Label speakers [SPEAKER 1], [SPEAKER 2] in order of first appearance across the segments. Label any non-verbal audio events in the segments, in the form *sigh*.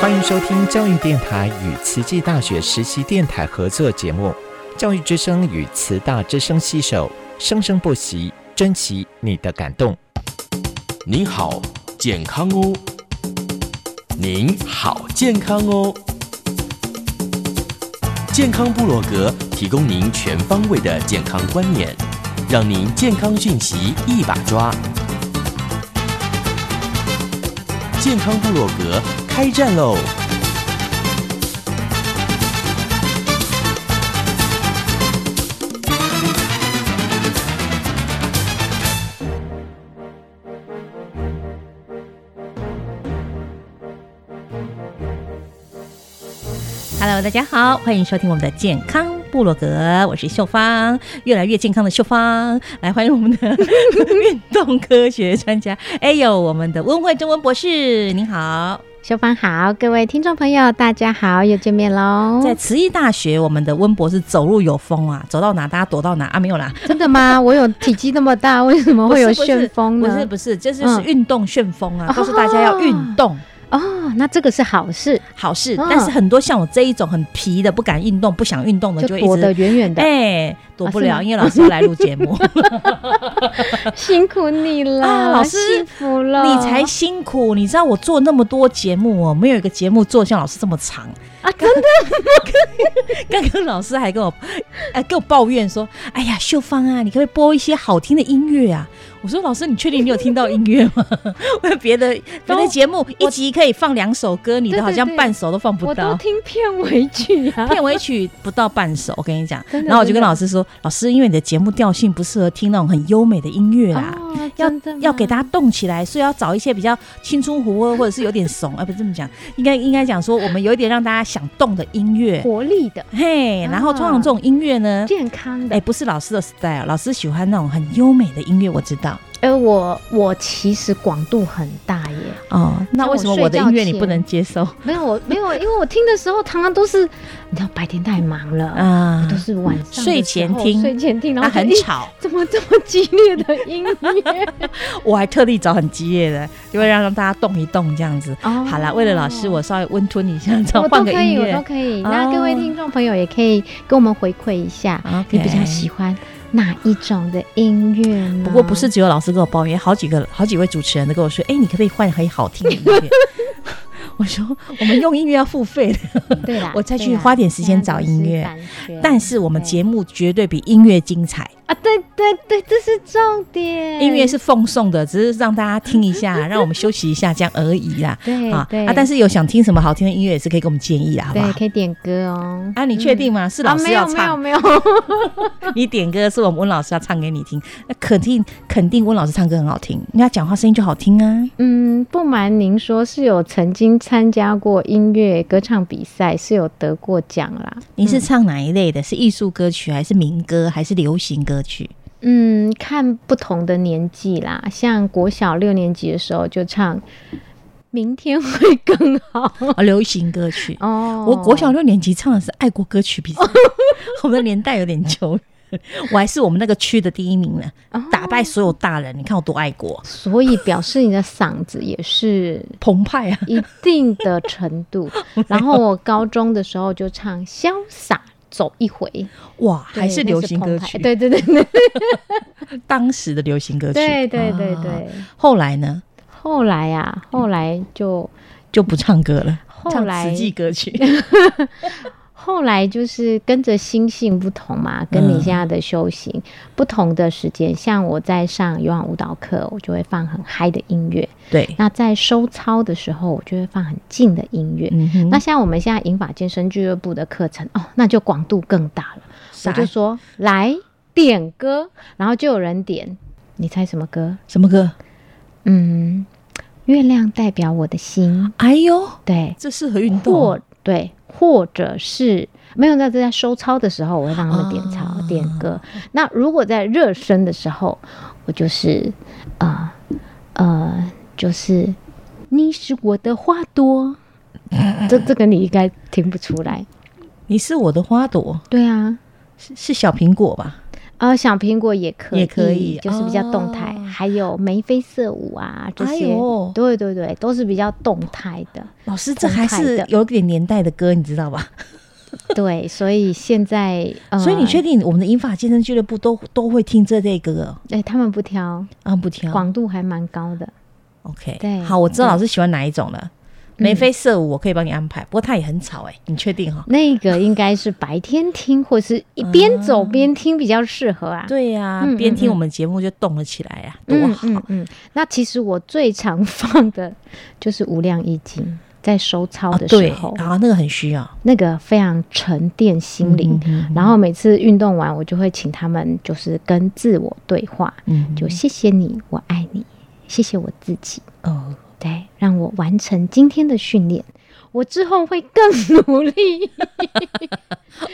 [SPEAKER 1] 欢迎收听教育电台与慈济大学实习电台合作节目《教育之声》与慈大之声携手，生生不息，珍惜你的感动。
[SPEAKER 2] 您好，健康哦！您好，健康哦！健康部落格提供您全方位的健康观念，让您健康讯息一把抓。健康部落格开战喽！
[SPEAKER 3] Hello，大家好，欢迎收听我们的健康部落格，我是秀芳，越来越健康的秀芳，来欢迎我们的 *laughs* 运动科学专家，哎呦，我们的温慧珍温博士，您好，
[SPEAKER 4] 秀芳好，各位听众朋友，大家好，又见面喽！
[SPEAKER 3] 在慈义大学，我们的温博士走路有风啊，走到哪大家躲到哪啊，没有啦，
[SPEAKER 4] 真的吗？我有体积那么大，为什么会有旋风
[SPEAKER 3] 不
[SPEAKER 4] 呢？
[SPEAKER 3] 是不是，这就是
[SPEAKER 4] 嗯
[SPEAKER 3] 运动旋风啊，
[SPEAKER 4] 哦
[SPEAKER 3] 告诉大家要运动。
[SPEAKER 4] 哦，那这个是好事，
[SPEAKER 3] 好事，
[SPEAKER 4] 嗯
[SPEAKER 3] 但是很多像我这一种很皮的、不敢运动、不想运动的，就
[SPEAKER 4] 就
[SPEAKER 3] 会
[SPEAKER 4] 躲
[SPEAKER 3] 一
[SPEAKER 4] 得
[SPEAKER 3] 直
[SPEAKER 4] 远远的，
[SPEAKER 3] 哎躲
[SPEAKER 4] 啊
[SPEAKER 3] 不
[SPEAKER 4] 是
[SPEAKER 3] 了，
[SPEAKER 4] 吗
[SPEAKER 3] 因为老师要来录节目。
[SPEAKER 4] 辛苦你了，
[SPEAKER 3] 啊老师
[SPEAKER 4] 幸福了，
[SPEAKER 3] 你才辛苦，你知道我做那么多节目哦，没有一个节目做像老师这么
[SPEAKER 4] *laughs*
[SPEAKER 3] 长
[SPEAKER 4] 啊
[SPEAKER 3] 真的，刚刚老师还跟我，哎，跟我抱怨说，哎呀，秀芳啊，你可不可以播一些好听的音乐啊？我说老师，你确定你有听到音乐
[SPEAKER 4] *laughs*
[SPEAKER 3] 吗？我有别的别的节目一集可以放两首歌，你的好像
[SPEAKER 4] 对对对
[SPEAKER 3] 半首都放不
[SPEAKER 4] 我都
[SPEAKER 3] 到。
[SPEAKER 4] 听片尾曲啊，
[SPEAKER 3] 片尾曲不到半首，我跟你讲，
[SPEAKER 4] 真的
[SPEAKER 3] 然后我就跟
[SPEAKER 4] 真的
[SPEAKER 3] 老师说，老师，因为你的节目调性不适合听那种很优美的音乐啊啦，
[SPEAKER 4] 哦
[SPEAKER 3] 要
[SPEAKER 4] 真的吗
[SPEAKER 3] 要给大家动起来，所以要找一些比较青春活泼或者是有点怂，啊，不是这么讲，应该应该讲说我们有一点让大家想动的音乐，
[SPEAKER 4] 活力的、
[SPEAKER 3] 嘿，
[SPEAKER 4] 啊
[SPEAKER 3] 然后通常这种音乐呢，
[SPEAKER 4] 健康的
[SPEAKER 3] 哎，。不是老师的 style，老师喜欢那种很优美的音乐，我知道
[SPEAKER 4] 哎，我我其实广度很大耶，
[SPEAKER 3] 哦。那为什么我的音乐你
[SPEAKER 4] 睡觉前
[SPEAKER 3] 不能接受
[SPEAKER 4] 没有
[SPEAKER 3] 嗯
[SPEAKER 4] 我没有，因为我听的时候常常都是，你知道白天太忙了，
[SPEAKER 3] 啊？
[SPEAKER 4] 都是晚上的时候
[SPEAKER 3] 睡前听
[SPEAKER 4] 睡前听，然
[SPEAKER 3] 那
[SPEAKER 4] 后
[SPEAKER 3] 很
[SPEAKER 4] 就一
[SPEAKER 3] 吵，
[SPEAKER 4] 怎么这么激烈的音乐？
[SPEAKER 3] 我还特地找很激烈的，就会让让大家动一动这样子。
[SPEAKER 4] 哦
[SPEAKER 3] *laughs* 好啦，为了老师，我稍微温吞一下，这样
[SPEAKER 4] 我都
[SPEAKER 3] *laughs* 换个
[SPEAKER 4] 可以，
[SPEAKER 3] 音
[SPEAKER 4] 我都
[SPEAKER 3] 乐。
[SPEAKER 4] 可以。
[SPEAKER 3] 哦
[SPEAKER 4] 那各位听众朋友也可以跟我们回馈一下，你比较喜欢哪一种的音乐呢？
[SPEAKER 3] 不过不是只有老师跟我抱怨，好几个好几位主持人都跟我说：“哎、你可不可以换很好听的音乐？”我说：“ *laughs* 我们用音乐要付费的，
[SPEAKER 4] 对啦，
[SPEAKER 3] *laughs* 我再去
[SPEAKER 4] 对啦
[SPEAKER 3] 花点时间找音乐。
[SPEAKER 4] 现在都是版权
[SPEAKER 3] 但是我们节
[SPEAKER 4] 对
[SPEAKER 3] 目绝对比音乐精彩，
[SPEAKER 4] 啊，对对对，这是重点。
[SPEAKER 3] 音乐是奉送的，只是让大家听一
[SPEAKER 4] *laughs*
[SPEAKER 3] 下，让我们休息一下这样而已啦。
[SPEAKER 4] 对
[SPEAKER 3] 啊
[SPEAKER 4] 哎对
[SPEAKER 3] 啊！但是有想听什么好听的音乐，也是可以给我们建议啦，好不
[SPEAKER 4] 对
[SPEAKER 3] 好？
[SPEAKER 4] 可以点歌哦。
[SPEAKER 3] 啊，你确定吗？是
[SPEAKER 4] 啊，
[SPEAKER 3] 老师
[SPEAKER 4] 没
[SPEAKER 3] 要
[SPEAKER 4] 有没有
[SPEAKER 3] 唱，
[SPEAKER 4] 没有， *laughs*
[SPEAKER 3] 你点歌是我们温老师要唱给你听，那肯定肯定温老师唱歌很好听，人家讲话声音就好听啊。
[SPEAKER 4] 嗯，不瞒您说，是有曾经参加过音乐歌唱比赛，是有得过奖啦。
[SPEAKER 3] 你是唱哪一类的？是艺术歌曲，还是民歌，还是流行歌曲？
[SPEAKER 4] *laughs* 嗯，看不同的年纪啦，像国小六年级的时候就唱《明天会更好》
[SPEAKER 3] 啊，流行歌曲。
[SPEAKER 4] 哦
[SPEAKER 3] 我国小六年级唱的是爱国歌曲
[SPEAKER 4] *laughs*
[SPEAKER 3] 比赛，我们的年代有点久远，我还是我们那个区的第一名呢，
[SPEAKER 4] 哦
[SPEAKER 3] 打败所有大人。你看我多爱国，
[SPEAKER 4] 所以表示你的嗓子也是
[SPEAKER 3] 澎湃啊！
[SPEAKER 4] 一定的程
[SPEAKER 3] *laughs*
[SPEAKER 4] 度。然后我高中的时候就唱《潇洒走一回》，
[SPEAKER 3] 哇，
[SPEAKER 4] 对
[SPEAKER 3] *laughs* 还是流行歌曲，
[SPEAKER 4] 那是澎湃对对对对
[SPEAKER 3] 当时的流行歌曲。
[SPEAKER 4] 对对对
[SPEAKER 3] 啊
[SPEAKER 4] 对。
[SPEAKER 3] 后来呢，
[SPEAKER 4] 后来啊，后来就
[SPEAKER 3] 就不唱歌了，
[SPEAKER 4] 后
[SPEAKER 3] 唱
[SPEAKER 4] 来
[SPEAKER 3] 实际歌
[SPEAKER 4] *laughs*
[SPEAKER 3] 曲。
[SPEAKER 4] 后来就是跟着心性不同
[SPEAKER 3] 嗯
[SPEAKER 4] 嘛，跟你现在的修行、不同的时间，像我在上有氧舞蹈课，我就会放很嗨的音乐；
[SPEAKER 3] 对，
[SPEAKER 4] 那在收操的时候，我就会放很静的音乐。
[SPEAKER 3] 嗯哼，
[SPEAKER 4] 那像我们现在银发健身俱乐部的课程哦，那就广度更大了。我
[SPEAKER 3] 啥
[SPEAKER 4] 就说来点歌，然后就有人点，你猜什么歌？
[SPEAKER 3] 什么歌？
[SPEAKER 4] 嗯，月亮代表我的心，
[SPEAKER 3] 哎呦，
[SPEAKER 4] 对，
[SPEAKER 3] 这适合运动
[SPEAKER 4] 或。对，或者是没有那在收操的时候，我会让他们点操、
[SPEAKER 3] 啊
[SPEAKER 4] 点歌。那如果在热身的时候，我就是呃呃，就是你是我的花朵， *laughs* 这这个你应该听不出来。
[SPEAKER 3] 你是我的花朵，
[SPEAKER 4] 对啊，
[SPEAKER 3] 是是小苹果吧？
[SPEAKER 4] 呃，小苹果也可以，
[SPEAKER 3] 也可以
[SPEAKER 4] 就是比较动态，
[SPEAKER 3] 哦
[SPEAKER 4] 还有眉飞色舞啊这
[SPEAKER 3] 哎
[SPEAKER 4] 些，
[SPEAKER 3] 呦
[SPEAKER 4] 对对对，都是比较动态的。
[SPEAKER 3] 老师，这
[SPEAKER 4] 澎
[SPEAKER 3] 还
[SPEAKER 4] 湃
[SPEAKER 3] 是
[SPEAKER 4] 的
[SPEAKER 3] 有点年代的歌，你知道吧？
[SPEAKER 4] 对，所以现在，呃、
[SPEAKER 3] 所以你确定我们的英法健身俱乐部都都会听这类歌
[SPEAKER 4] 哎、他们不挑，
[SPEAKER 3] 啊？不挑
[SPEAKER 4] 广度还蛮高的。
[SPEAKER 3] ，OK，
[SPEAKER 4] 对
[SPEAKER 3] 好，我知道老师喜欢哪一种了。
[SPEAKER 4] 嗯
[SPEAKER 3] 眉飞色舞，我可以帮你安排，不过它也很吵哎、你确定哈？
[SPEAKER 4] 那个应该是白天听，或是一边走边听比较适合啊。
[SPEAKER 3] 对呀、
[SPEAKER 4] 嗯嗯
[SPEAKER 3] 边听
[SPEAKER 4] 嗯
[SPEAKER 3] 我们节目就动了起来呀、多
[SPEAKER 4] 嗯
[SPEAKER 3] 好！
[SPEAKER 4] 嗯嗯。那其实我最常放的就是《无量易经》，在收操
[SPEAKER 3] 啊，
[SPEAKER 4] 的
[SPEAKER 3] 对
[SPEAKER 4] 时候，，
[SPEAKER 3] 啊，那个很需要
[SPEAKER 4] 那个非常沉淀心灵。
[SPEAKER 3] 嗯嗯嗯
[SPEAKER 4] 然后每次运动完，我就会请他们就是跟自我对话，
[SPEAKER 3] 嗯
[SPEAKER 4] 就谢谢你，我爱你，谢谢我自己，
[SPEAKER 3] *laughs* 哦，
[SPEAKER 4] 对，让我完成今天的训练。我之后会更努力。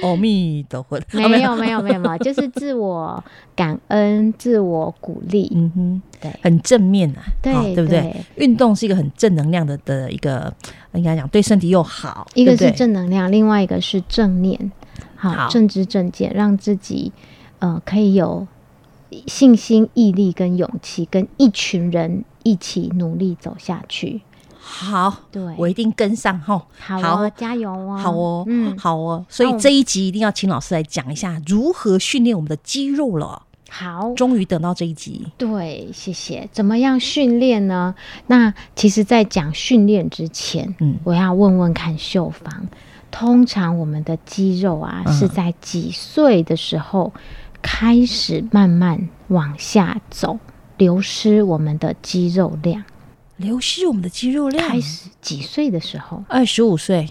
[SPEAKER 3] 阿弥陀佛， *laughs*
[SPEAKER 4] 没
[SPEAKER 3] 啊
[SPEAKER 4] 有，没有，没有，没有，就是自我感恩、自我鼓励。
[SPEAKER 3] 嗯哼，
[SPEAKER 4] 对
[SPEAKER 3] 很正面啊，
[SPEAKER 4] 对
[SPEAKER 3] 啊对不对？
[SPEAKER 4] 对
[SPEAKER 3] 运动是一个很正能量的的一个，应该讲对身体又好，
[SPEAKER 4] 一个
[SPEAKER 3] 对
[SPEAKER 4] 是
[SPEAKER 3] 不对
[SPEAKER 4] 正能量，另外一个是正念，
[SPEAKER 3] 好
[SPEAKER 4] 好，正知正见，让自己呃可以有信心、毅力跟勇气，跟一群人一起努力走下去。
[SPEAKER 3] 好，
[SPEAKER 4] 对，
[SPEAKER 3] 我一定跟上哈。
[SPEAKER 4] 好
[SPEAKER 3] 好
[SPEAKER 4] 哦，加油哦，
[SPEAKER 3] 好哦，
[SPEAKER 4] 嗯，
[SPEAKER 3] 好哦，所以
[SPEAKER 4] 那我
[SPEAKER 3] 这一集一定要请老师来讲一下如何训练我们的肌肉了。
[SPEAKER 4] 好，
[SPEAKER 3] 终于等到这一集，
[SPEAKER 4] 对，谢谢。怎么样训练呢？那其实，在讲训练之前，
[SPEAKER 3] 嗯
[SPEAKER 4] 我要问问看秀芳，通常我们的肌肉啊，
[SPEAKER 3] 嗯
[SPEAKER 4] 是在几岁的时候开始慢慢往下走，流失我们的肌肉量？
[SPEAKER 3] 流失我们的肌肉量
[SPEAKER 4] 开。始几岁的时候？
[SPEAKER 3] 二十五岁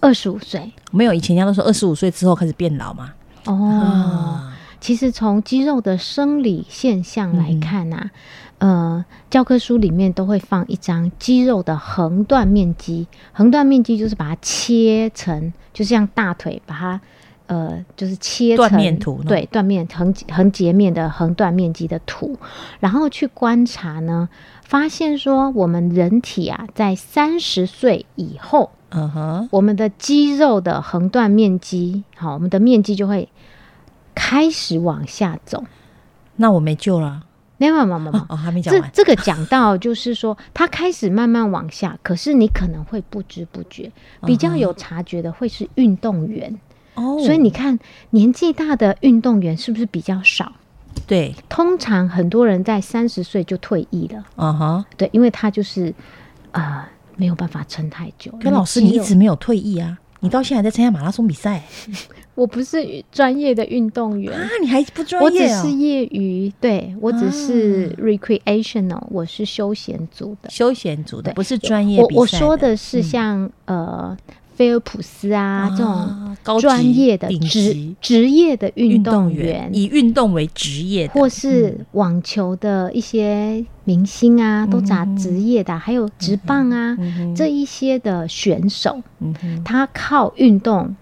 [SPEAKER 4] 二十五岁
[SPEAKER 3] 没有，以前人家都说二十五岁之后开始变老嘛。啊
[SPEAKER 4] 哦。其实从肌肉的生理现象
[SPEAKER 3] 嗯
[SPEAKER 4] 来看啊，呃，教科书里面都会放一张肌肉的横断面积，横断面积就是把它切成，就像大腿把它呃，就是切成
[SPEAKER 3] 断面图呢
[SPEAKER 4] 对，断面横横截面的横断面积的图，然后去观察呢，发现说我们人体啊，在三十岁以后，
[SPEAKER 3] 嗯哼，
[SPEAKER 4] 我们的肌肉的横断面积，好，我们的面积就会开始往下走。
[SPEAKER 3] 那我没救了。
[SPEAKER 4] 没有没有没有没有
[SPEAKER 3] 哦，哦还没讲
[SPEAKER 4] 这
[SPEAKER 3] 完。
[SPEAKER 4] 这个讲到就是说，它开始慢慢往下，可是你可能会不知不觉，
[SPEAKER 3] 嗯
[SPEAKER 4] 比较有察觉的会是运动员。
[SPEAKER 3] 哦，
[SPEAKER 4] 所以你看，年纪大的运动员是不是比较少？
[SPEAKER 3] 对，
[SPEAKER 4] 通常很多人在三十岁就退役了，
[SPEAKER 3] 嗯哼。
[SPEAKER 4] 对，因为他就是呃没有办法撑太久。
[SPEAKER 3] 可老师，
[SPEAKER 4] 肌
[SPEAKER 3] 你一
[SPEAKER 4] 肉
[SPEAKER 3] 直没有退役啊，你到现在还在参加马拉松比赛
[SPEAKER 4] 我不是专业的运动员
[SPEAKER 3] 啊？你还不专
[SPEAKER 4] 我只
[SPEAKER 3] 业啊？啊
[SPEAKER 4] 是业哦余，对我只是 recreational，、我是休闲组的。
[SPEAKER 3] 休闲组的，
[SPEAKER 4] 对
[SPEAKER 3] 不是专业
[SPEAKER 4] 我
[SPEAKER 3] 比赛。嗯
[SPEAKER 4] 我说的是像、呃菲尔普斯啊这种
[SPEAKER 3] 啊高级
[SPEAKER 4] 专业的
[SPEAKER 3] 顶
[SPEAKER 4] 职
[SPEAKER 3] 级
[SPEAKER 4] 职业的运动
[SPEAKER 3] 员嗯
[SPEAKER 4] 员，
[SPEAKER 3] 以运动为职业的，
[SPEAKER 4] 或是网球的一些明星啊，都打职业的啊，还有职棒啊、
[SPEAKER 3] 嗯哼
[SPEAKER 4] 这一些的选手，
[SPEAKER 3] 嗯哼
[SPEAKER 4] 他靠运动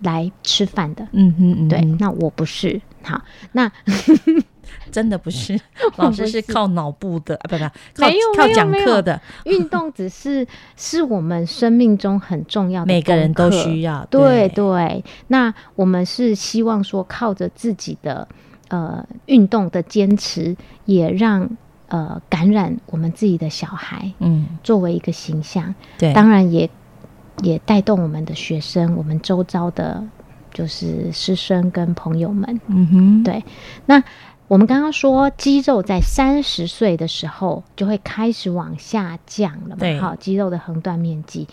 [SPEAKER 4] 来吃饭的。
[SPEAKER 3] 嗯哼，嗯哼
[SPEAKER 4] 对，那我不是。好，那
[SPEAKER 3] 真的不
[SPEAKER 4] *laughs*
[SPEAKER 3] 是， *laughs*
[SPEAKER 4] 我
[SPEAKER 3] 老师
[SPEAKER 4] 不
[SPEAKER 3] 是
[SPEAKER 4] 是
[SPEAKER 3] 靠脑部的，啊，不不，靠
[SPEAKER 4] 没有
[SPEAKER 3] 靠
[SPEAKER 4] 没有
[SPEAKER 3] 讲
[SPEAKER 4] 没有
[SPEAKER 3] 课的，
[SPEAKER 4] 运动只是是我们生命中很重要的，
[SPEAKER 3] 每个人都需。要。
[SPEAKER 4] 对对，那我们是希望说，靠着自己的呃运动的坚持，也让呃感染我们自己的小孩，
[SPEAKER 3] 嗯，
[SPEAKER 4] 作为一个形象，
[SPEAKER 3] 对，
[SPEAKER 4] 当然也也带动我们的学生，我们周遭的，就是师生跟朋友们。
[SPEAKER 3] 嗯哼，
[SPEAKER 4] 对那我们刚刚说，肌肉在三十岁的时候就会开始往下降了
[SPEAKER 3] 对
[SPEAKER 4] 嘛？好，肌肉的横断面积。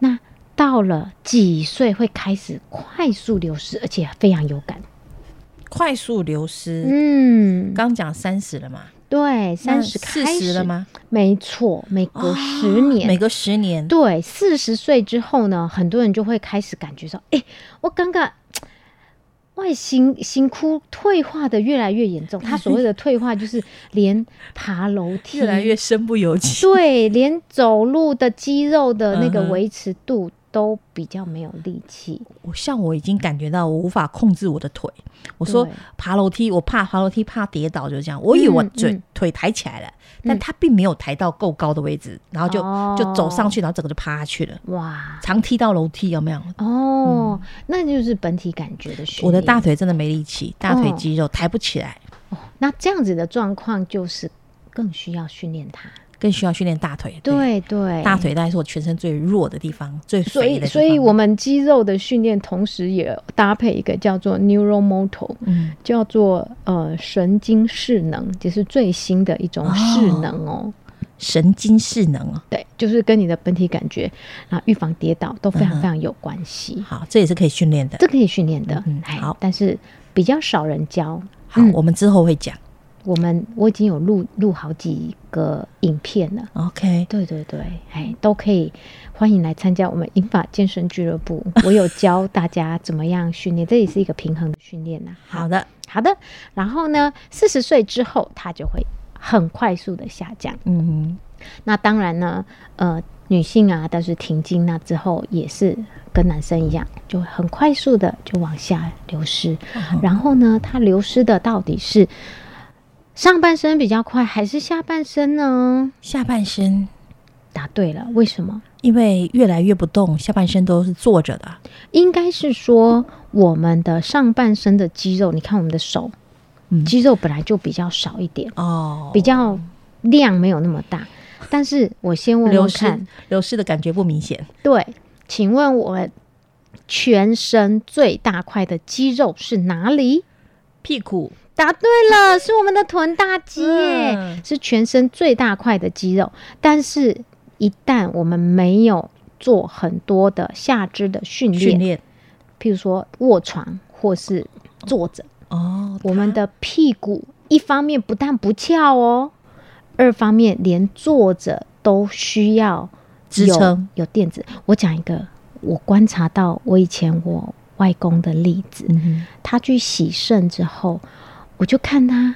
[SPEAKER 4] 那到了几岁会开始快速流失，而且非常有感？
[SPEAKER 3] 快速流失。
[SPEAKER 4] 嗯，
[SPEAKER 3] 刚讲三十了嘛，
[SPEAKER 4] 对，三十
[SPEAKER 3] 四
[SPEAKER 4] 开
[SPEAKER 3] 十
[SPEAKER 4] 始
[SPEAKER 3] 了？吗？哦
[SPEAKER 4] 没错，每隔十年，
[SPEAKER 3] 每隔十年，
[SPEAKER 4] 对，四十岁之后呢，很多人就会开始感觉到，哎、我刚刚。外形形枯退化的越来越严重，他所谓的退化就是连爬楼梯
[SPEAKER 3] 越来越身不由己。
[SPEAKER 4] 对，连走路的肌肉的那个
[SPEAKER 3] 嗯哼
[SPEAKER 4] 维持度都比较没有力气。
[SPEAKER 3] 我像我已经感觉到我无法控制我的腿。我说
[SPEAKER 4] 对
[SPEAKER 3] 爬楼梯，我怕爬楼梯，怕跌倒，就是这样。我以为我
[SPEAKER 4] 嗯
[SPEAKER 3] 腿、
[SPEAKER 4] 嗯
[SPEAKER 3] 腿抬起来了，但他并没有抬到够高的位置，然后就、就走上去，然后整个就趴下去了。
[SPEAKER 4] 哇，
[SPEAKER 3] 长踢到楼梯有没有？
[SPEAKER 4] 哦，那就是本体感觉的训练。
[SPEAKER 3] 嗯我的大，腿真的没力气，大腿
[SPEAKER 4] 哦
[SPEAKER 3] 肌肉抬不起来，
[SPEAKER 4] 那这样子的状况就是更需要训练它。
[SPEAKER 3] 更需要训练大腿。
[SPEAKER 4] 对对，
[SPEAKER 3] 大。腿大概是我全身最弱的地方，最
[SPEAKER 4] 所
[SPEAKER 3] 肥
[SPEAKER 4] 以，
[SPEAKER 3] 的地方。
[SPEAKER 4] 所以我们肌肉的训练，同时也搭配一个叫做 neuromotor，
[SPEAKER 3] 嗯，
[SPEAKER 4] 叫做呃神经势能，就是最新的一种势能哦。
[SPEAKER 3] 神经势能啊，
[SPEAKER 4] 对，就是跟你的本体感觉，然后预防跌倒都
[SPEAKER 3] 嗯
[SPEAKER 4] 非常
[SPEAKER 3] 哼
[SPEAKER 4] 非常有关系。
[SPEAKER 3] 好，这也是可以训练的。
[SPEAKER 4] 这可以训练的
[SPEAKER 3] 嗯，
[SPEAKER 4] 哎
[SPEAKER 3] 好
[SPEAKER 4] 但是比较少人教。
[SPEAKER 3] 好，我们之后会讲。
[SPEAKER 4] 我们我已经有录录好几个影片了。
[SPEAKER 3] OK，
[SPEAKER 4] 对对对，哎，都可以，欢迎来参加我们英法健身俱乐部。我有教大家怎么样训练，这也是一个平衡的训练呐、啊
[SPEAKER 3] 好的，
[SPEAKER 4] 好的，然后呢，四十岁之后，它就会很快速的下降。
[SPEAKER 3] 嗯，
[SPEAKER 4] 那当然呢，呃，女性啊，但是停经那之后也是跟男生一样，就很快速的就往下流失。然后呢，它流失的到底是上半身比较快，还是下半身呢？
[SPEAKER 3] 下半身
[SPEAKER 4] 答对了，为什么？
[SPEAKER 3] 因为越来越不动，下半身都是坐着的，
[SPEAKER 4] 应该是说我们的上半身的肌肉，你看我们的手，
[SPEAKER 3] 嗯
[SPEAKER 4] 肌肉本来就比较少一点，
[SPEAKER 3] 哦，
[SPEAKER 4] 比较量没有那么大。但是我先问
[SPEAKER 3] 流
[SPEAKER 4] 问
[SPEAKER 3] 失
[SPEAKER 4] 看，
[SPEAKER 3] 流失的感觉不明显。
[SPEAKER 4] 对，请问我们全身最大块的肌肉是哪里？
[SPEAKER 3] 屁股
[SPEAKER 4] 答对了，是我们的臀大肌耶，
[SPEAKER 3] 嗯
[SPEAKER 4] 是全身最大块的肌肉。但是，一旦我们没有做很多的下肢的训
[SPEAKER 3] 训
[SPEAKER 4] 练，
[SPEAKER 3] 练
[SPEAKER 4] 譬如说卧床或是坐着，
[SPEAKER 3] 哦，
[SPEAKER 4] 我们的屁股一方面不但不翘哦，二方面连坐着都需要
[SPEAKER 3] 支撑
[SPEAKER 4] 有有垫子。我讲一个，我观察到我以前我外公的例子，
[SPEAKER 3] 嗯
[SPEAKER 4] 他去洗肾之后，我就看他，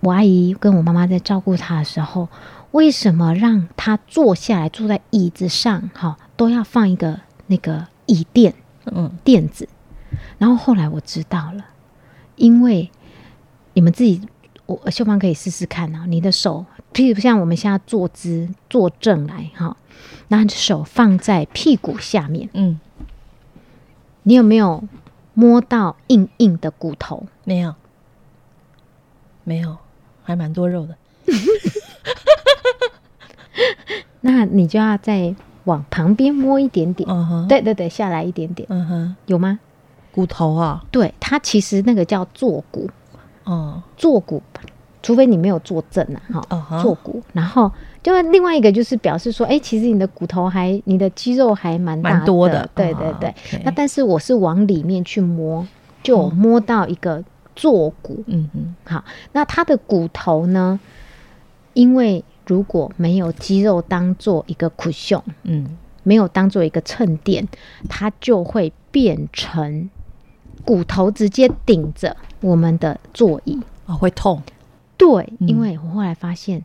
[SPEAKER 4] 我阿姨跟我妈妈在照顾他的时候，为什么让他坐下来坐在椅子上，哈、都要放一个那个椅垫？
[SPEAKER 3] 哼嗯，
[SPEAKER 4] 垫子。然后后来我知道了，因为你们自己，我呃秀芳可以试试看啊，你的手，譬如像我们现在坐姿坐正来哈，那手放在屁股下面，
[SPEAKER 3] 嗯，
[SPEAKER 4] 你有没有摸到硬硬的骨头？
[SPEAKER 3] 没有，没有，还蛮多肉的。
[SPEAKER 4] 那你就要再往旁边摸一点点，
[SPEAKER 3] 嗯哼，，
[SPEAKER 4] 对对对，下来一点点，
[SPEAKER 3] 嗯哼，
[SPEAKER 4] 有吗？
[SPEAKER 3] 骨头啊，
[SPEAKER 4] 对，它其实那个叫坐骨，嗯
[SPEAKER 3] 哦，
[SPEAKER 4] 坐骨，除非你没有坐正啊，哈、
[SPEAKER 3] 嗯哼
[SPEAKER 4] 坐骨，然后就另外一个就是表示说，哎、其实你的骨头还，你的肌肉还蛮大
[SPEAKER 3] 蛮多的
[SPEAKER 4] 对
[SPEAKER 3] 哦
[SPEAKER 4] 对对。
[SPEAKER 3] OK
[SPEAKER 4] 那但是我是往里面去摸，就有摸到一个坐骨，
[SPEAKER 3] 嗯哼，
[SPEAKER 4] 好，那它的骨头呢，因为如果没有肌肉当做一个 cushion，
[SPEAKER 3] 嗯，
[SPEAKER 4] 没有当做一个衬垫，它就会变成骨头直接顶着我们的座椅。
[SPEAKER 3] 哦，会痛，
[SPEAKER 4] 对，
[SPEAKER 3] 嗯
[SPEAKER 4] 因为我后来发现，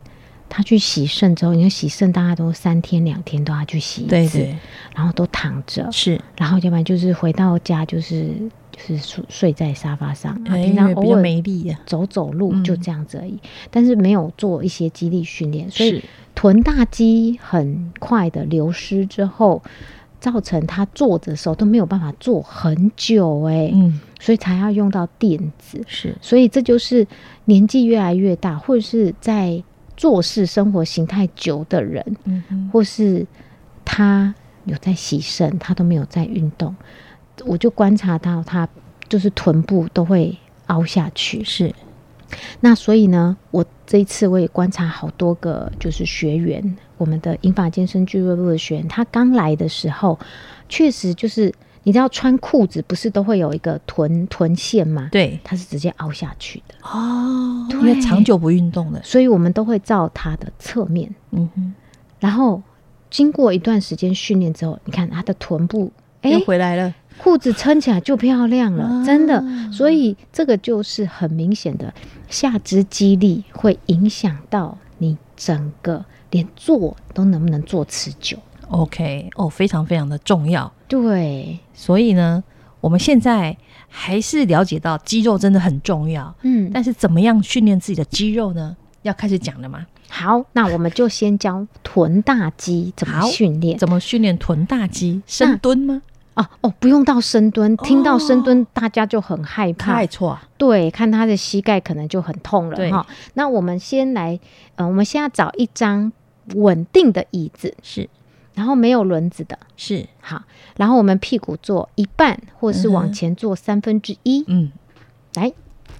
[SPEAKER 4] 他去洗肾之后，你看洗肾大概都三天两天都要去洗一次，
[SPEAKER 3] 对对
[SPEAKER 4] 然后都躺着，
[SPEAKER 3] 是，
[SPEAKER 4] 然后要不然就是回到家就是就是睡睡在沙发上，啊
[SPEAKER 3] 哎
[SPEAKER 4] 平
[SPEAKER 3] 因
[SPEAKER 4] 常
[SPEAKER 3] 为比
[SPEAKER 4] 偶
[SPEAKER 3] 较
[SPEAKER 4] 尔
[SPEAKER 3] 没力啊，
[SPEAKER 4] 走走路
[SPEAKER 3] 嗯
[SPEAKER 4] 就这样子而已，但是没有做一些肌力训练，所以
[SPEAKER 3] 是
[SPEAKER 4] 臀大肌很快的流失之后。造成他坐着的时候都没有办法坐很久、欸，哎、
[SPEAKER 3] 嗯，
[SPEAKER 4] 所以才要用到垫子。
[SPEAKER 3] 是，
[SPEAKER 4] 所以这就是年纪越来越大，或者是在做事生活形态久的人，
[SPEAKER 3] 嗯哼，
[SPEAKER 4] 或是他有在洗肾，他都没有在运动，我就观察到他就是臀部都会凹下去。
[SPEAKER 3] 是，
[SPEAKER 4] 那所以呢，我这一次我也观察好多个就是学员，我们的英法健身俱乐部的学员，他刚来的时候，确实就是你知道穿裤子不是都会有一个臀臀线吗？
[SPEAKER 3] 对，
[SPEAKER 4] 他是直接凹下去的。
[SPEAKER 3] 哦，
[SPEAKER 4] 对
[SPEAKER 3] 因为长久不运动的，
[SPEAKER 4] 所以我们都会照它的侧面，
[SPEAKER 3] 嗯哼，
[SPEAKER 4] 然后经过一段时间训练之后，你看它的臀部，哎
[SPEAKER 3] 又，回来了，
[SPEAKER 4] 裤子撑起来就漂亮了，
[SPEAKER 3] 啊
[SPEAKER 4] 真的。所以这个就是很明显的下肢肌力会影响到你整个连坐都能不能坐持久。
[SPEAKER 3] OK，哦，非常非常的重要。
[SPEAKER 4] 对，
[SPEAKER 3] 所以呢，我们现在还是了解到肌肉真的很重要，
[SPEAKER 4] 嗯，
[SPEAKER 3] 但是怎么样训练自己的肌肉呢？要开始讲了嘛？
[SPEAKER 4] 好，那我们就先教臀大肌怎么
[SPEAKER 3] 好
[SPEAKER 4] 训练
[SPEAKER 3] 怎么训练臀大肌？深蹲吗？
[SPEAKER 4] 哦哦，不用到深蹲，听到深
[SPEAKER 3] 哦
[SPEAKER 4] 蹲大家就很害怕
[SPEAKER 3] 太，错啊，
[SPEAKER 4] 对，看他的膝盖可能就很痛了
[SPEAKER 3] 对
[SPEAKER 4] 哈。那我们先来，呃，我们现在找一张稳定的椅子，
[SPEAKER 3] 是
[SPEAKER 4] 然后没有轮子的，
[SPEAKER 3] 是，
[SPEAKER 4] 好，然后我们屁股坐一半，或是
[SPEAKER 3] 嗯
[SPEAKER 4] 往
[SPEAKER 3] 哼
[SPEAKER 4] 前坐三分之一，
[SPEAKER 3] 嗯，
[SPEAKER 4] 来，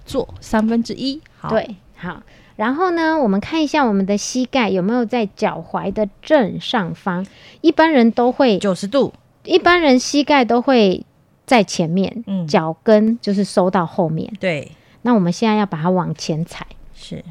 [SPEAKER 3] 做三分之一，好，
[SPEAKER 4] 对，好。然后呢，我们看一下我们的膝盖有没有在脚踝的正上方。一般人都会，
[SPEAKER 3] 九十度，
[SPEAKER 4] 一般人膝盖都会在前面，
[SPEAKER 3] 嗯
[SPEAKER 4] 脚跟就是收到后面。
[SPEAKER 3] 对，
[SPEAKER 4] 那我们现在要把它往前踩，
[SPEAKER 3] 是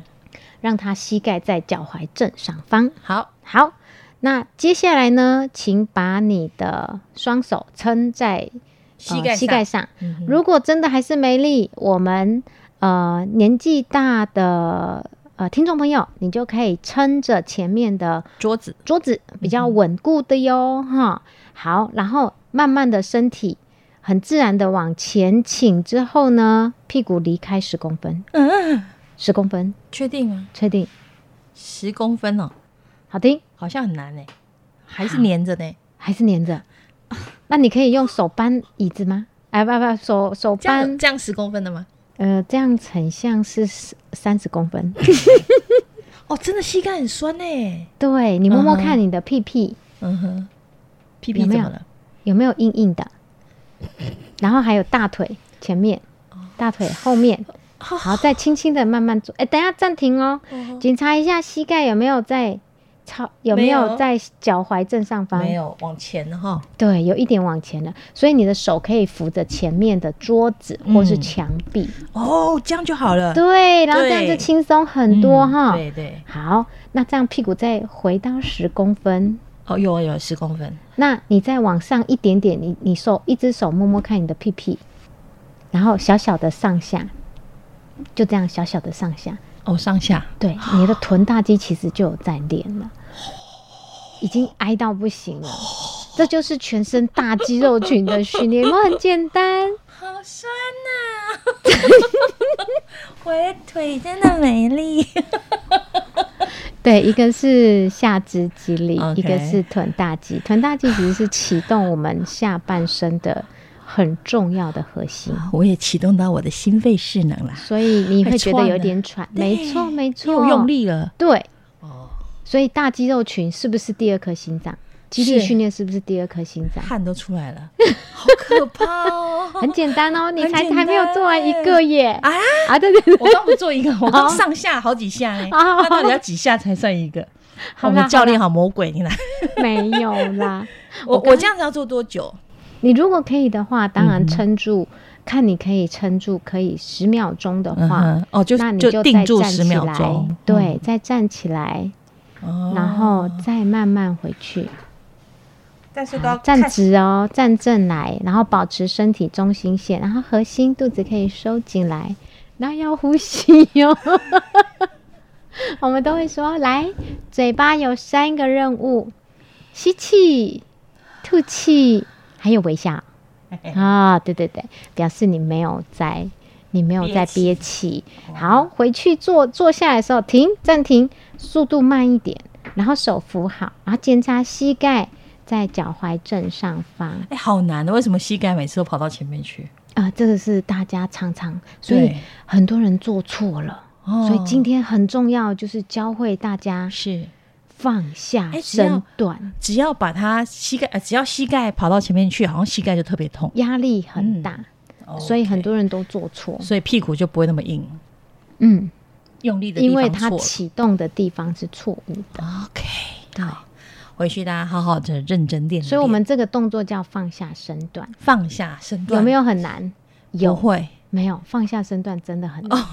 [SPEAKER 4] 让它膝盖在脚踝正上方。
[SPEAKER 3] 好，
[SPEAKER 4] 好，那接下来呢，请把你的双手撑在、呃
[SPEAKER 3] 膝盖
[SPEAKER 4] 膝盖
[SPEAKER 3] 上，
[SPEAKER 4] 上。
[SPEAKER 3] 嗯哼
[SPEAKER 4] 如果真的还是没力，我们呃年纪大的呃听众朋友，你就可以撑着前面的
[SPEAKER 3] 桌子，
[SPEAKER 4] 桌子，比较稳固的哟哈。好，然后慢慢的身体很自然的往前倾之后呢，屁股离开十公分，
[SPEAKER 3] 嗯，
[SPEAKER 4] 十公分，
[SPEAKER 3] 确定吗？
[SPEAKER 4] 确定，
[SPEAKER 3] 十公分哦，
[SPEAKER 4] 好听，
[SPEAKER 3] 好像很难哎，还是粘着呢，
[SPEAKER 4] 还是粘着？那你可以用手扳椅子吗？哎，不不，手手
[SPEAKER 3] 这样
[SPEAKER 4] 扳，
[SPEAKER 3] 这样十公分的吗？
[SPEAKER 4] 呃，这样很像是三十
[SPEAKER 3] *laughs*
[SPEAKER 4] 公分。
[SPEAKER 3] 哦，真的膝盖很酸呢，
[SPEAKER 4] 对你摸摸
[SPEAKER 3] 嗯哼
[SPEAKER 4] 看你的屁屁，
[SPEAKER 3] 嗯哼，屁屁
[SPEAKER 4] 有没
[SPEAKER 3] 怎
[SPEAKER 4] 有
[SPEAKER 3] 么了？
[SPEAKER 4] 有没有硬硬的？然后还有大腿前面、
[SPEAKER 3] 哦
[SPEAKER 4] 大腿后面，
[SPEAKER 3] 好
[SPEAKER 4] 然后再轻轻的慢慢做。哎，等一下暂停哦，检查一下膝盖有没有在超有没
[SPEAKER 3] 没
[SPEAKER 4] 有
[SPEAKER 3] 有
[SPEAKER 4] 在脚踝正上方？
[SPEAKER 3] 没，有往前哈，
[SPEAKER 4] 对，有一点往前了，所以你的手可以扶着前面的桌子或是
[SPEAKER 3] 嗯
[SPEAKER 4] 墙壁。
[SPEAKER 3] 哦，这样就好了，
[SPEAKER 4] 对，然后这样
[SPEAKER 3] 对
[SPEAKER 4] 就轻松很多
[SPEAKER 3] 嗯
[SPEAKER 4] 哈。
[SPEAKER 3] 对对，
[SPEAKER 4] 好，那这样屁股再回到十公分。
[SPEAKER 3] 哦，有有十公分，
[SPEAKER 4] 那你再往上一点点，你你手一只手摸摸看你的屁屁，然后小小的上下，就这样小小的上下，
[SPEAKER 3] 哦，上下，
[SPEAKER 4] 对，你的臀大肌其实就有在练了，已经挨到不行了。这就是全身大肌肉群的训练，有没有很简单？
[SPEAKER 3] 好酸 *laughs* 呐、我的腿真的没力。
[SPEAKER 4] 对，一个是下肢肌力
[SPEAKER 3] OK
[SPEAKER 4] 一个是臀大肌。臀大肌其实是启动我们下半身的很重要的核心。
[SPEAKER 3] 啊我也启动到我的心肺势能啦，
[SPEAKER 4] 所以你会觉得有点喘，
[SPEAKER 3] 还
[SPEAKER 4] 没
[SPEAKER 3] 窜呢
[SPEAKER 4] 错没
[SPEAKER 3] 又
[SPEAKER 4] 错，
[SPEAKER 3] 用，力了。
[SPEAKER 4] 对，
[SPEAKER 3] 哦，
[SPEAKER 4] 所以大肌肉群是不是第二颗心脏？肌力
[SPEAKER 3] 是
[SPEAKER 4] 训练是不是第二颗心脏？
[SPEAKER 3] 汗都出来了，好可怕哦！
[SPEAKER 4] 很简单哦，你才
[SPEAKER 3] 简单
[SPEAKER 4] 还没有做完一个耶！
[SPEAKER 3] 啊
[SPEAKER 4] 啊，对对对，
[SPEAKER 3] 我刚不做一
[SPEAKER 4] *laughs*
[SPEAKER 3] 个，我刚上下好几下呢，
[SPEAKER 4] 哦
[SPEAKER 3] 那到底要几下才算一个？
[SPEAKER 4] 好
[SPEAKER 3] 我
[SPEAKER 4] 啦
[SPEAKER 3] 们教练好魔鬼，你来，
[SPEAKER 4] 没有啦。
[SPEAKER 3] 我
[SPEAKER 4] 刚
[SPEAKER 3] 我这样子要做多久？
[SPEAKER 4] 你如果可以的话，当然
[SPEAKER 3] 嗯
[SPEAKER 4] 撑住，看你可以撑住，可以十秒钟的
[SPEAKER 3] 嗯
[SPEAKER 4] 话，
[SPEAKER 3] 哼，哦，就
[SPEAKER 4] 那你
[SPEAKER 3] 就
[SPEAKER 4] 再
[SPEAKER 3] 定住
[SPEAKER 4] 站
[SPEAKER 3] 十
[SPEAKER 4] 起
[SPEAKER 3] 秒
[SPEAKER 4] 来
[SPEAKER 3] 钟，
[SPEAKER 4] 对，再站起来，
[SPEAKER 3] 嗯，
[SPEAKER 4] 然后
[SPEAKER 3] 哦
[SPEAKER 4] 再慢慢回去。
[SPEAKER 3] 但是都
[SPEAKER 4] 好
[SPEAKER 3] 要
[SPEAKER 4] 站
[SPEAKER 3] 看
[SPEAKER 4] 直哦，站正来，然后保持身体中心线，然后核心肚子可以收紧来，然后要呼吸哟、 *laughs* 我们都会说，来，嘴巴有三个任务：吸气、吐气，还有
[SPEAKER 3] *laughs*
[SPEAKER 4] 微笑。啊，对对对，表示你没有在，你没有在憋气。好，回去坐坐下来的时候，停，暂停，速度慢一点，然后手扶好，然后检查膝盖在脚踝正上方。啊、
[SPEAKER 3] 哎，好难的，为什么膝盖每次都跑到前面去？
[SPEAKER 4] 这个是大家常常，所以
[SPEAKER 3] 对
[SPEAKER 4] 很多人做错了。
[SPEAKER 3] 哦
[SPEAKER 4] 所以今天很重要，就是教会大家
[SPEAKER 3] 是
[SPEAKER 4] 放下
[SPEAKER 3] 哎只要
[SPEAKER 4] 身段，
[SPEAKER 3] 只要把它膝盖，呃只要膝盖跑到前面去，好像膝盖就特别痛，
[SPEAKER 4] 压力很大，所以
[SPEAKER 3] 嗯
[SPEAKER 4] 很
[SPEAKER 3] 哦 OK
[SPEAKER 4] 多人都做错。
[SPEAKER 3] 所以屁股就不会那么硬，
[SPEAKER 4] 嗯，
[SPEAKER 3] 用力的地
[SPEAKER 4] 因
[SPEAKER 3] 方
[SPEAKER 4] 为它
[SPEAKER 3] 错了啊
[SPEAKER 4] 启动的地方是错误的。
[SPEAKER 3] OK，好，回去大家好好的认真练一练，
[SPEAKER 4] 所以我们这个动作叫放下身段，
[SPEAKER 3] 放下身段
[SPEAKER 4] 有没有很难？
[SPEAKER 3] 不
[SPEAKER 4] 有
[SPEAKER 3] 会？ *laughs* 哦
[SPEAKER 4] 没有放下身段真的很难，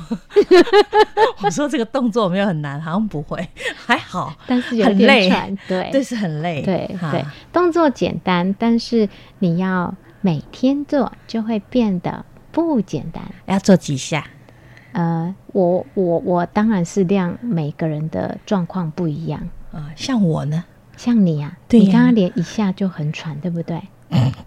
[SPEAKER 3] 我说这个动作有没有很难，好像不会， *laughs* 还好，
[SPEAKER 4] *laughs* 但是有
[SPEAKER 3] 很累
[SPEAKER 4] 点喘，
[SPEAKER 3] *laughs*
[SPEAKER 4] 对
[SPEAKER 3] 但是很累，
[SPEAKER 4] 对
[SPEAKER 3] 哈
[SPEAKER 4] 对，动作简单，但是你要每天做，就会变得不简单。
[SPEAKER 3] 要做几下，
[SPEAKER 4] 呃，我我我当然是量每个人的状况不一样，
[SPEAKER 3] 呃啊，像我呢，
[SPEAKER 4] 像你啊，
[SPEAKER 3] 对呀
[SPEAKER 4] 你刚刚连一下就很喘，对不对？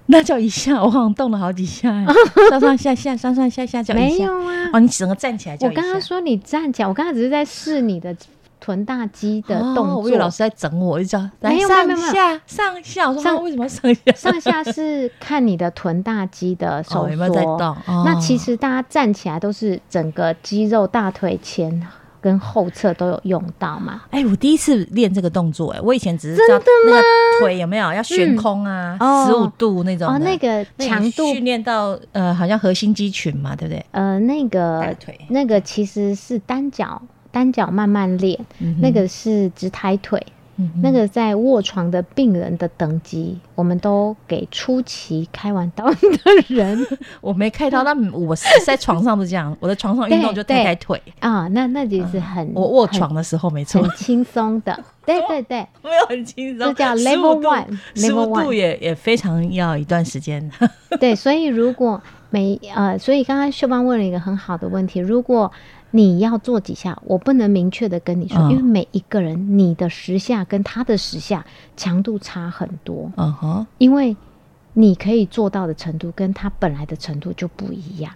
[SPEAKER 3] 那叫一下，我好像动了好几
[SPEAKER 4] *laughs*
[SPEAKER 3] 下欸，上上下下，上上下下叫一
[SPEAKER 4] 没
[SPEAKER 3] 下
[SPEAKER 4] 有。啊，
[SPEAKER 3] 哦，你整个站起来叫
[SPEAKER 4] 我
[SPEAKER 3] 一下。
[SPEAKER 4] 刚刚说你站起来，我刚刚只是在试你的臀大肌的动作。
[SPEAKER 3] 哦我以为老师在整我，我就叫来
[SPEAKER 4] 没有
[SPEAKER 3] 上
[SPEAKER 4] 没有没有
[SPEAKER 3] 下上下。我说啊
[SPEAKER 4] 上
[SPEAKER 3] 他为什么要上下？
[SPEAKER 4] 上下是看你的臀大肌的收缩、
[SPEAKER 3] 哦有没有在动哦
[SPEAKER 4] 那其实大家站起来都是整个肌肉，大腿前跟后侧都有用到嘛。
[SPEAKER 3] *laughs* 哎、我第一次练这个动作、哎，我以前只是知道那个腿有没有要悬空啊，
[SPEAKER 4] 嗯
[SPEAKER 3] 十五、
[SPEAKER 4] 哦
[SPEAKER 3] 度那种的
[SPEAKER 4] 哦，那个
[SPEAKER 3] 那
[SPEAKER 4] 强度，
[SPEAKER 3] 训练到呃，好像核心肌群嘛，对不对？
[SPEAKER 4] 呃，那
[SPEAKER 3] 大
[SPEAKER 4] 个
[SPEAKER 3] 腿
[SPEAKER 4] 那个其实是单脚单脚慢慢练，
[SPEAKER 3] 嗯哼
[SPEAKER 4] 那个是直抬腿，
[SPEAKER 3] 嗯哼
[SPEAKER 4] 那个在卧床的病人的等级，我们都给初期开完刀的人
[SPEAKER 3] 我没开刀，但我是在床上不是这样，我在床上运动就抬抬腿，
[SPEAKER 4] 啊，那那其实很
[SPEAKER 3] 嗯我卧
[SPEAKER 4] 很
[SPEAKER 3] 床的时候没错
[SPEAKER 4] 很，轻松的，对对对。
[SPEAKER 3] *laughs* 没有很轻松，
[SPEAKER 4] 这
[SPEAKER 3] *laughs*
[SPEAKER 4] 叫
[SPEAKER 3] 15
[SPEAKER 4] level
[SPEAKER 3] 度
[SPEAKER 4] one，
[SPEAKER 3] 十
[SPEAKER 4] level
[SPEAKER 3] 五
[SPEAKER 4] one
[SPEAKER 3] 度也也非常要一段时间。
[SPEAKER 4] 对，所以如果每呃，所以刚刚秀芳问了一个很好的问题，如果你要做几下，我不能明确的跟你说，
[SPEAKER 3] 嗯
[SPEAKER 4] 因为每一个人你的十下跟他的十下强度差很多，
[SPEAKER 3] *laughs* 嗯哼，
[SPEAKER 4] 因为你可以做到的程度跟他本来的程度就不一样。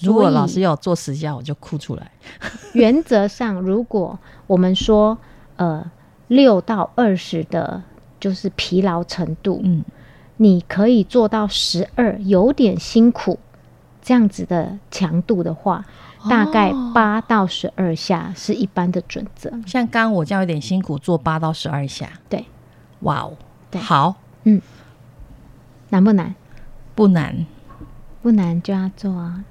[SPEAKER 3] 如果老
[SPEAKER 4] 所
[SPEAKER 3] 师
[SPEAKER 4] 以
[SPEAKER 3] 要我做十下，我就哭出来。
[SPEAKER 4] 原则上，如果我们说呃六到二十的，就是疲劳程度，
[SPEAKER 3] 嗯，
[SPEAKER 4] 你可以做到十二，有点辛苦，这样子的强度的话，
[SPEAKER 3] 哦
[SPEAKER 4] 大概八到十二下是一般的准则。
[SPEAKER 3] 像刚刚我这样有点辛苦，做八到十二下。
[SPEAKER 4] 对，
[SPEAKER 3] 哇哦，
[SPEAKER 4] 对
[SPEAKER 3] 好
[SPEAKER 4] 难不难？
[SPEAKER 3] 不难，
[SPEAKER 4] 不难就要做啊。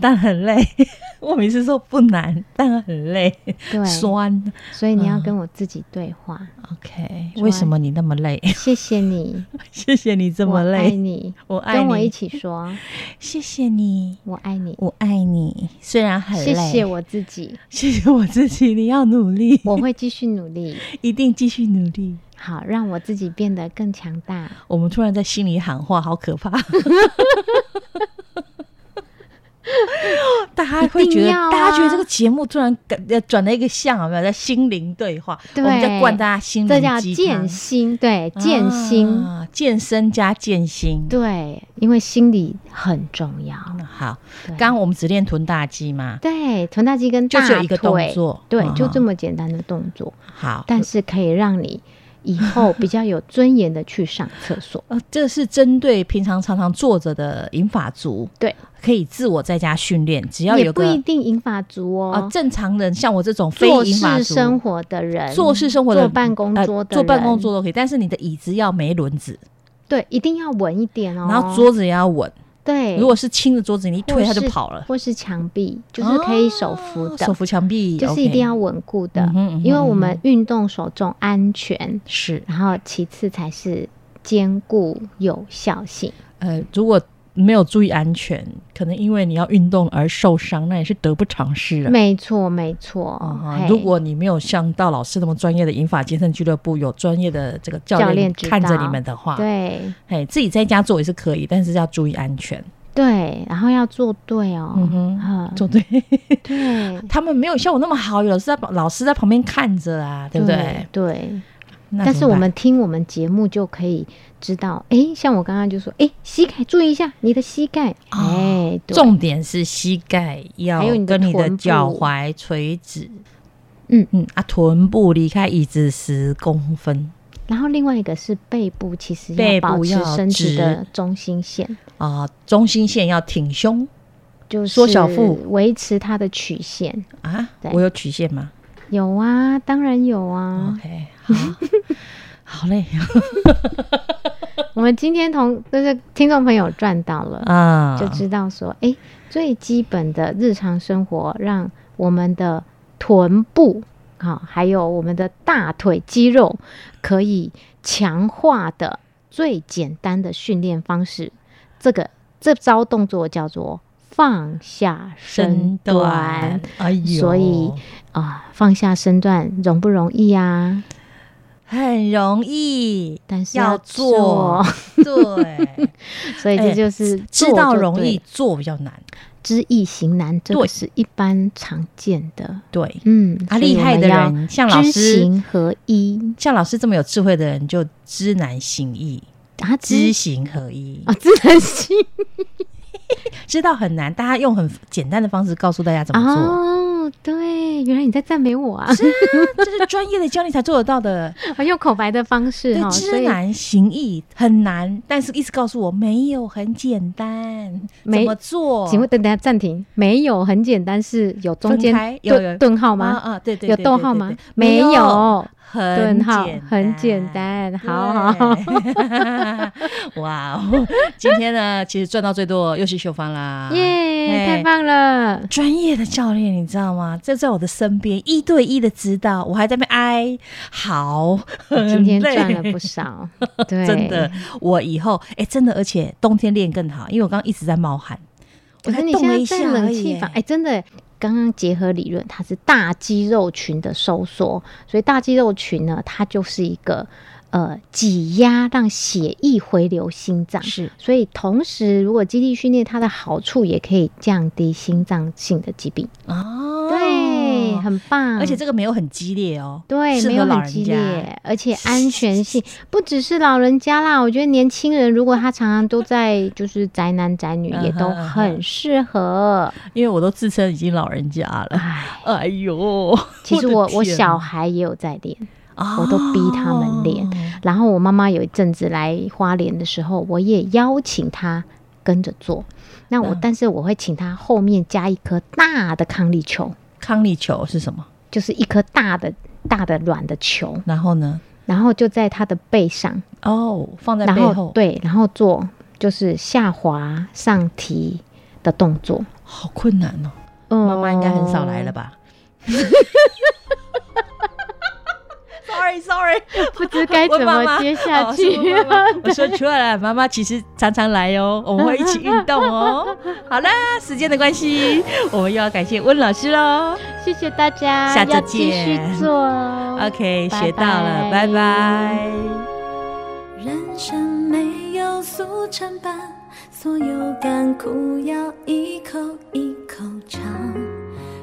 [SPEAKER 3] 但很累。 *laughs* 我每次说不难，但很累，
[SPEAKER 4] 对，
[SPEAKER 3] 酸。
[SPEAKER 4] 所以你要跟我自己对话。
[SPEAKER 3] 嗯 OK，
[SPEAKER 4] 酸
[SPEAKER 3] 为什么你那么累？ *laughs*
[SPEAKER 4] 谢谢你，
[SPEAKER 3] 谢谢你 *laughs* 这么
[SPEAKER 4] 我爱
[SPEAKER 3] 累，
[SPEAKER 4] 你，
[SPEAKER 3] 我爱
[SPEAKER 4] 跟我一
[SPEAKER 3] 你，
[SPEAKER 4] 起说，
[SPEAKER 3] 谢谢你，
[SPEAKER 4] 我爱你。
[SPEAKER 3] 我爱你。虽然很
[SPEAKER 4] 谢
[SPEAKER 3] 累，
[SPEAKER 4] 谢，我自己，
[SPEAKER 3] 谢谢我自己，你要努力，
[SPEAKER 4] 我会继续努力，
[SPEAKER 3] 一定继续努力。
[SPEAKER 4] 好让我自己变得更强大。
[SPEAKER 3] 我们突然在心里喊话，好
[SPEAKER 4] *laughs*
[SPEAKER 3] 可怕！大家会觉
[SPEAKER 4] 一定
[SPEAKER 3] 得，
[SPEAKER 4] 要啊
[SPEAKER 3] 大家觉得这个节目突然改呃转了一个向，有没有在心灵对话？
[SPEAKER 4] 对
[SPEAKER 3] 我们在灌大家心
[SPEAKER 4] 这
[SPEAKER 3] 灵
[SPEAKER 4] 叫
[SPEAKER 3] 鸡汤
[SPEAKER 4] 健心，对，健心，
[SPEAKER 3] 啊健身加健心。
[SPEAKER 4] 对，因为心理很重要。
[SPEAKER 3] 嗯，好，
[SPEAKER 4] 对
[SPEAKER 3] 刚刚我们只练臀大肌嘛，
[SPEAKER 4] 对，臀大肌跟
[SPEAKER 3] 就
[SPEAKER 4] 大
[SPEAKER 3] 只有
[SPEAKER 4] 腿，
[SPEAKER 3] 一个动作
[SPEAKER 4] 对
[SPEAKER 3] 嗯，哼
[SPEAKER 4] 就这么简单的动作，
[SPEAKER 3] 好，。
[SPEAKER 4] 但是可以让你以后比较有尊严的去上厕所
[SPEAKER 3] 呃，这是针对平常常常坐着的银发族，
[SPEAKER 4] 对，
[SPEAKER 3] 可以自我在家训练，只要有
[SPEAKER 4] 也不
[SPEAKER 3] 个
[SPEAKER 4] 一定银发族
[SPEAKER 3] 啊、
[SPEAKER 4] 哦，
[SPEAKER 3] 正常人像我这种非
[SPEAKER 4] 做
[SPEAKER 3] 银发
[SPEAKER 4] 事
[SPEAKER 3] 族
[SPEAKER 4] 生活的人，
[SPEAKER 3] 做事生活的
[SPEAKER 4] 坐办公桌
[SPEAKER 3] 呃
[SPEAKER 4] 的
[SPEAKER 3] 坐
[SPEAKER 4] 人
[SPEAKER 3] 办公桌都可以，但是你的椅子要没轮子，
[SPEAKER 4] 对，一定要稳一点哦。
[SPEAKER 3] 然后桌子也要稳。
[SPEAKER 4] 对，
[SPEAKER 3] 如果是轻的桌子，你一推
[SPEAKER 4] 或
[SPEAKER 3] 它就是跑了，
[SPEAKER 4] 或是墙壁，就是可以手扶
[SPEAKER 3] 哦
[SPEAKER 4] 的，
[SPEAKER 3] 手扶墙壁
[SPEAKER 4] 就是一定要稳固的
[SPEAKER 3] 嗯哼嗯哼，
[SPEAKER 4] 因为我们运动首重安全，
[SPEAKER 3] 是
[SPEAKER 4] 然后其次才是兼顾有效性。
[SPEAKER 3] 呃，如果没有注意安全，可能因为你要运动而受伤，那也是得不偿失啊。
[SPEAKER 4] 没错，没错。
[SPEAKER 3] 啊哈
[SPEAKER 4] 嘿
[SPEAKER 3] 如果你没有像到老师那么专业的银发健身俱乐部，有专业的这个教
[SPEAKER 4] 教
[SPEAKER 3] 练
[SPEAKER 4] 练指
[SPEAKER 3] 看着
[SPEAKER 4] 导
[SPEAKER 3] 你们的话，
[SPEAKER 4] 对
[SPEAKER 3] 哎，自己在家做也是可以，但是要注意安全。
[SPEAKER 4] 对，然后要做对哦，
[SPEAKER 3] 嗯哼，
[SPEAKER 4] 啊
[SPEAKER 3] 做
[SPEAKER 4] *laughs*
[SPEAKER 3] 对。
[SPEAKER 4] 对，
[SPEAKER 3] 他们没有像我那么好，有老师在老师在旁边看着啊，对不对？
[SPEAKER 4] 对，
[SPEAKER 3] 那
[SPEAKER 4] 但是
[SPEAKER 3] 怎么
[SPEAKER 4] 我
[SPEAKER 3] 办
[SPEAKER 4] 们听我们节目就可以知道，诶，像我刚刚就说，诶，膝盖注意一下你的膝盖，
[SPEAKER 3] 啊
[SPEAKER 4] 哎，对，
[SPEAKER 3] 重点是膝盖要
[SPEAKER 4] 还有你的
[SPEAKER 3] 跟你的
[SPEAKER 4] 臀部
[SPEAKER 3] 脚踝垂直，
[SPEAKER 4] 嗯
[SPEAKER 3] 嗯啊，臀部离开椅子十公分
[SPEAKER 4] 然后另外一个是背部，其实
[SPEAKER 3] 背
[SPEAKER 4] 要
[SPEAKER 3] 部
[SPEAKER 4] 保持
[SPEAKER 3] 要
[SPEAKER 4] 身
[SPEAKER 3] 直
[SPEAKER 4] 体的中心线，
[SPEAKER 3] 啊、中心线要挺胸
[SPEAKER 4] 就是
[SPEAKER 3] 缩小腹
[SPEAKER 4] 维持它的曲线。
[SPEAKER 3] 啊
[SPEAKER 4] 对。
[SPEAKER 3] 我有曲线吗、
[SPEAKER 4] 有啊，当然有啊
[SPEAKER 3] o。k
[SPEAKER 4] *laughs*
[SPEAKER 3] 好，好嘞
[SPEAKER 4] 我们今天同就是听众朋友赚到了，
[SPEAKER 3] 啊，
[SPEAKER 4] 就知道说，哎、最基本的日常生活，让我们的臀部啊、还有我们的大腿肌肉可以强化的最简单的训练方式，这个这招动作叫做放下身
[SPEAKER 3] 身
[SPEAKER 4] 段
[SPEAKER 3] 段。，哎呦，
[SPEAKER 4] 所以啊、放下身段容不容易啊？
[SPEAKER 3] 很容易。
[SPEAKER 4] 但是
[SPEAKER 3] 要
[SPEAKER 4] 做
[SPEAKER 3] 做，，对，
[SPEAKER 4] *laughs*
[SPEAKER 3] 哎
[SPEAKER 4] 所以这就是
[SPEAKER 3] 知道
[SPEAKER 4] 做就
[SPEAKER 3] 容
[SPEAKER 4] 对
[SPEAKER 3] 易，做比较难。
[SPEAKER 4] 知易行难，这
[SPEAKER 3] 对
[SPEAKER 4] 个是一般常见的。
[SPEAKER 3] 对
[SPEAKER 4] 嗯，
[SPEAKER 3] 啊，
[SPEAKER 4] 所以
[SPEAKER 3] 厉害
[SPEAKER 4] 我
[SPEAKER 3] 的
[SPEAKER 4] 们要
[SPEAKER 3] 人像老
[SPEAKER 4] 知
[SPEAKER 3] 师，
[SPEAKER 4] 行合一
[SPEAKER 3] 像老师这么有智慧的人，就知难行易，
[SPEAKER 4] 啊，
[SPEAKER 3] 知
[SPEAKER 4] 知
[SPEAKER 3] 行合一，
[SPEAKER 4] 啊，知难行
[SPEAKER 3] 知道很难，大家用很简单的方式告诉大家怎么做。
[SPEAKER 4] 哦，对，原来你在赞美我啊， *laughs*
[SPEAKER 3] 这是专业的教练才做得到的，
[SPEAKER 4] 很用口白的方式
[SPEAKER 3] 对
[SPEAKER 4] 哈，，所
[SPEAKER 3] 知
[SPEAKER 4] 以
[SPEAKER 3] 难行易很难，但是一直告诉我没有很简单，怎
[SPEAKER 4] 没
[SPEAKER 3] 么做？
[SPEAKER 4] 请问等等下暂停，没有很简单，是有中
[SPEAKER 3] 分
[SPEAKER 4] 间
[SPEAKER 3] 开有有
[SPEAKER 4] 顿顿号
[SPEAKER 3] 啊
[SPEAKER 4] 吗？
[SPEAKER 3] 啊，对对，
[SPEAKER 4] 有
[SPEAKER 3] 对
[SPEAKER 4] 逗
[SPEAKER 3] 对
[SPEAKER 4] 号
[SPEAKER 3] 对
[SPEAKER 4] 吗
[SPEAKER 3] 对？
[SPEAKER 4] 没有，
[SPEAKER 3] 很
[SPEAKER 4] 顿号
[SPEAKER 3] 简
[SPEAKER 4] 很简
[SPEAKER 3] *laughs*
[SPEAKER 4] 单，好好，
[SPEAKER 3] 对哇哦！今天呢，其实赚到最多又是秀芳啦，
[SPEAKER 4] 耶，太
[SPEAKER 3] 嘿
[SPEAKER 4] 棒了！
[SPEAKER 3] 专业的教练，你知道吗？就在我的身边，一对一的指导，我还在那边哀好，
[SPEAKER 4] *laughs*
[SPEAKER 3] *laughs*
[SPEAKER 4] 今天
[SPEAKER 3] 很累
[SPEAKER 4] 赚了不 *laughs* 少，对，
[SPEAKER 3] 真的。，我以后哎、真的，而且冬天练更好，因为我刚刚一直在冒汗，我
[SPEAKER 4] 可
[SPEAKER 3] 才
[SPEAKER 4] 是你
[SPEAKER 3] 动了一
[SPEAKER 4] 现在在
[SPEAKER 3] 下而
[SPEAKER 4] 冷
[SPEAKER 3] 已
[SPEAKER 4] 气房，哎、真的，刚刚结合理论，它是大肌肉群的收缩，所以大肌肉群呢，它就是一个呃挤压，让血液回流心脏。
[SPEAKER 3] 是
[SPEAKER 4] 所以，同时，如果肌力训练，它的好处也可以降低心脏性的疾病。
[SPEAKER 3] 哦，
[SPEAKER 4] 对，很棒。
[SPEAKER 3] 而且这个没有很激烈哦，
[SPEAKER 4] 对
[SPEAKER 3] 适
[SPEAKER 4] 没
[SPEAKER 3] 合
[SPEAKER 4] 有
[SPEAKER 3] 老
[SPEAKER 4] 很
[SPEAKER 3] 人
[SPEAKER 4] 激
[SPEAKER 3] 家
[SPEAKER 4] 烈，而且安全性不只是老人家啦，我觉得年轻人如果他常常都在就是宅男宅女，也都
[SPEAKER 3] 嗯哼嗯哼
[SPEAKER 4] 很适合。
[SPEAKER 3] 因为我都自称已经老人家了。
[SPEAKER 4] 哎。
[SPEAKER 3] *laughs* 哎呦，
[SPEAKER 4] 其实我
[SPEAKER 3] 的
[SPEAKER 4] 我
[SPEAKER 3] 天
[SPEAKER 4] 小孩也有在练，
[SPEAKER 3] 啊
[SPEAKER 4] 我都逼他们练。然后我妈妈有一阵子来花莲的时候，我也邀请她跟着做。那我、
[SPEAKER 3] 嗯
[SPEAKER 4] 但是我会请她后面加一颗大的康力球，
[SPEAKER 3] 康力球是什么？
[SPEAKER 4] 就是一颗大的大的软的球，
[SPEAKER 3] 然后呢？
[SPEAKER 4] 然后就在她的背上，
[SPEAKER 3] 哦，放在
[SPEAKER 4] 然
[SPEAKER 3] 背
[SPEAKER 4] 后
[SPEAKER 3] 后，，
[SPEAKER 4] 对，然后做就是下滑上提的动作。
[SPEAKER 3] 好困难哦。
[SPEAKER 4] 嗯
[SPEAKER 3] 妈妈应该很少来了？吧
[SPEAKER 4] 哦
[SPEAKER 3] *laughs* ？Sorry Sorry，
[SPEAKER 4] 哦 *laughs* 不知该
[SPEAKER 3] 我
[SPEAKER 4] 怎
[SPEAKER 3] 妈
[SPEAKER 4] 么
[SPEAKER 3] 妈
[SPEAKER 4] 接下
[SPEAKER 3] 哦
[SPEAKER 4] 去。
[SPEAKER 3] 是我妈妈我说错了，妈妈其实常常来哦，我们会一起运动哦。好啦，时间的关系，我们又要感谢温老师喽。
[SPEAKER 4] *laughs* 谢谢大家，
[SPEAKER 3] 下次
[SPEAKER 4] 要继续
[SPEAKER 3] 见
[SPEAKER 4] 做哦。
[SPEAKER 3] OK，
[SPEAKER 4] 拜
[SPEAKER 3] 学到了，拜
[SPEAKER 4] 拜
[SPEAKER 3] 拜
[SPEAKER 5] 人生没有速成班，所有甘苦要一口一口尝。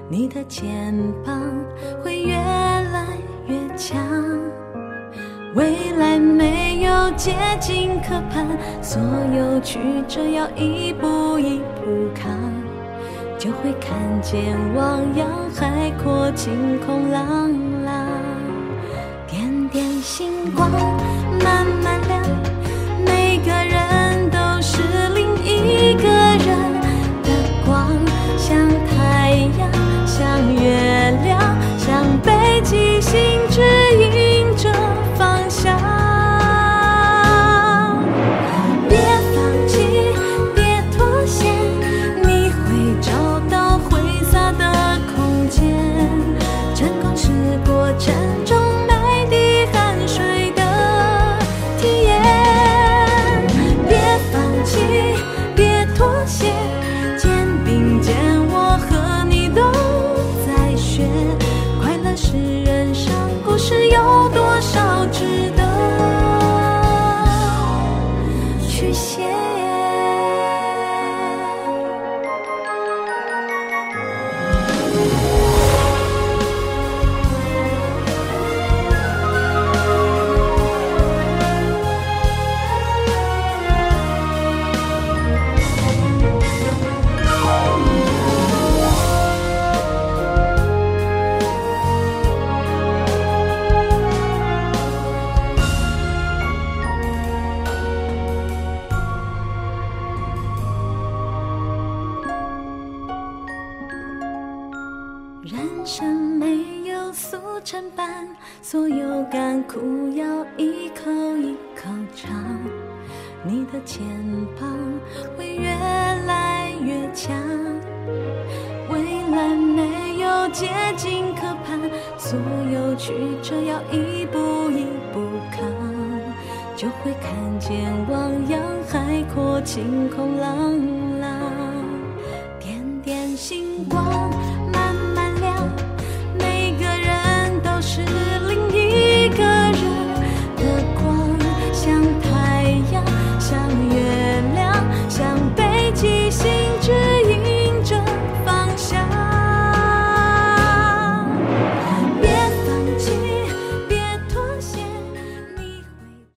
[SPEAKER 5] 你的肩膀会越来越强，未来没有捷径可攀，所有曲折要一步一步扛，就会看见汪洋海阔，晴空朗朗。点点星光，慢慢亮，每个人都是另一个人的光，像太阳，像月亮，像北极星指引着方向。别放弃，别妥协，你会找到挥洒的空间。成功是过程中每滴汗水的体验。别放弃，别妥协，肩并肩，我和你都在学。快乐是人生故事，有多少值得？去写。人生没有速成班，所有甘苦要一口一口尝。你的肩膀会越来越强，未来没有捷径可攀，所有曲折要一步一步扛，就会看见汪洋海阔，晴空朗朗。点点星光，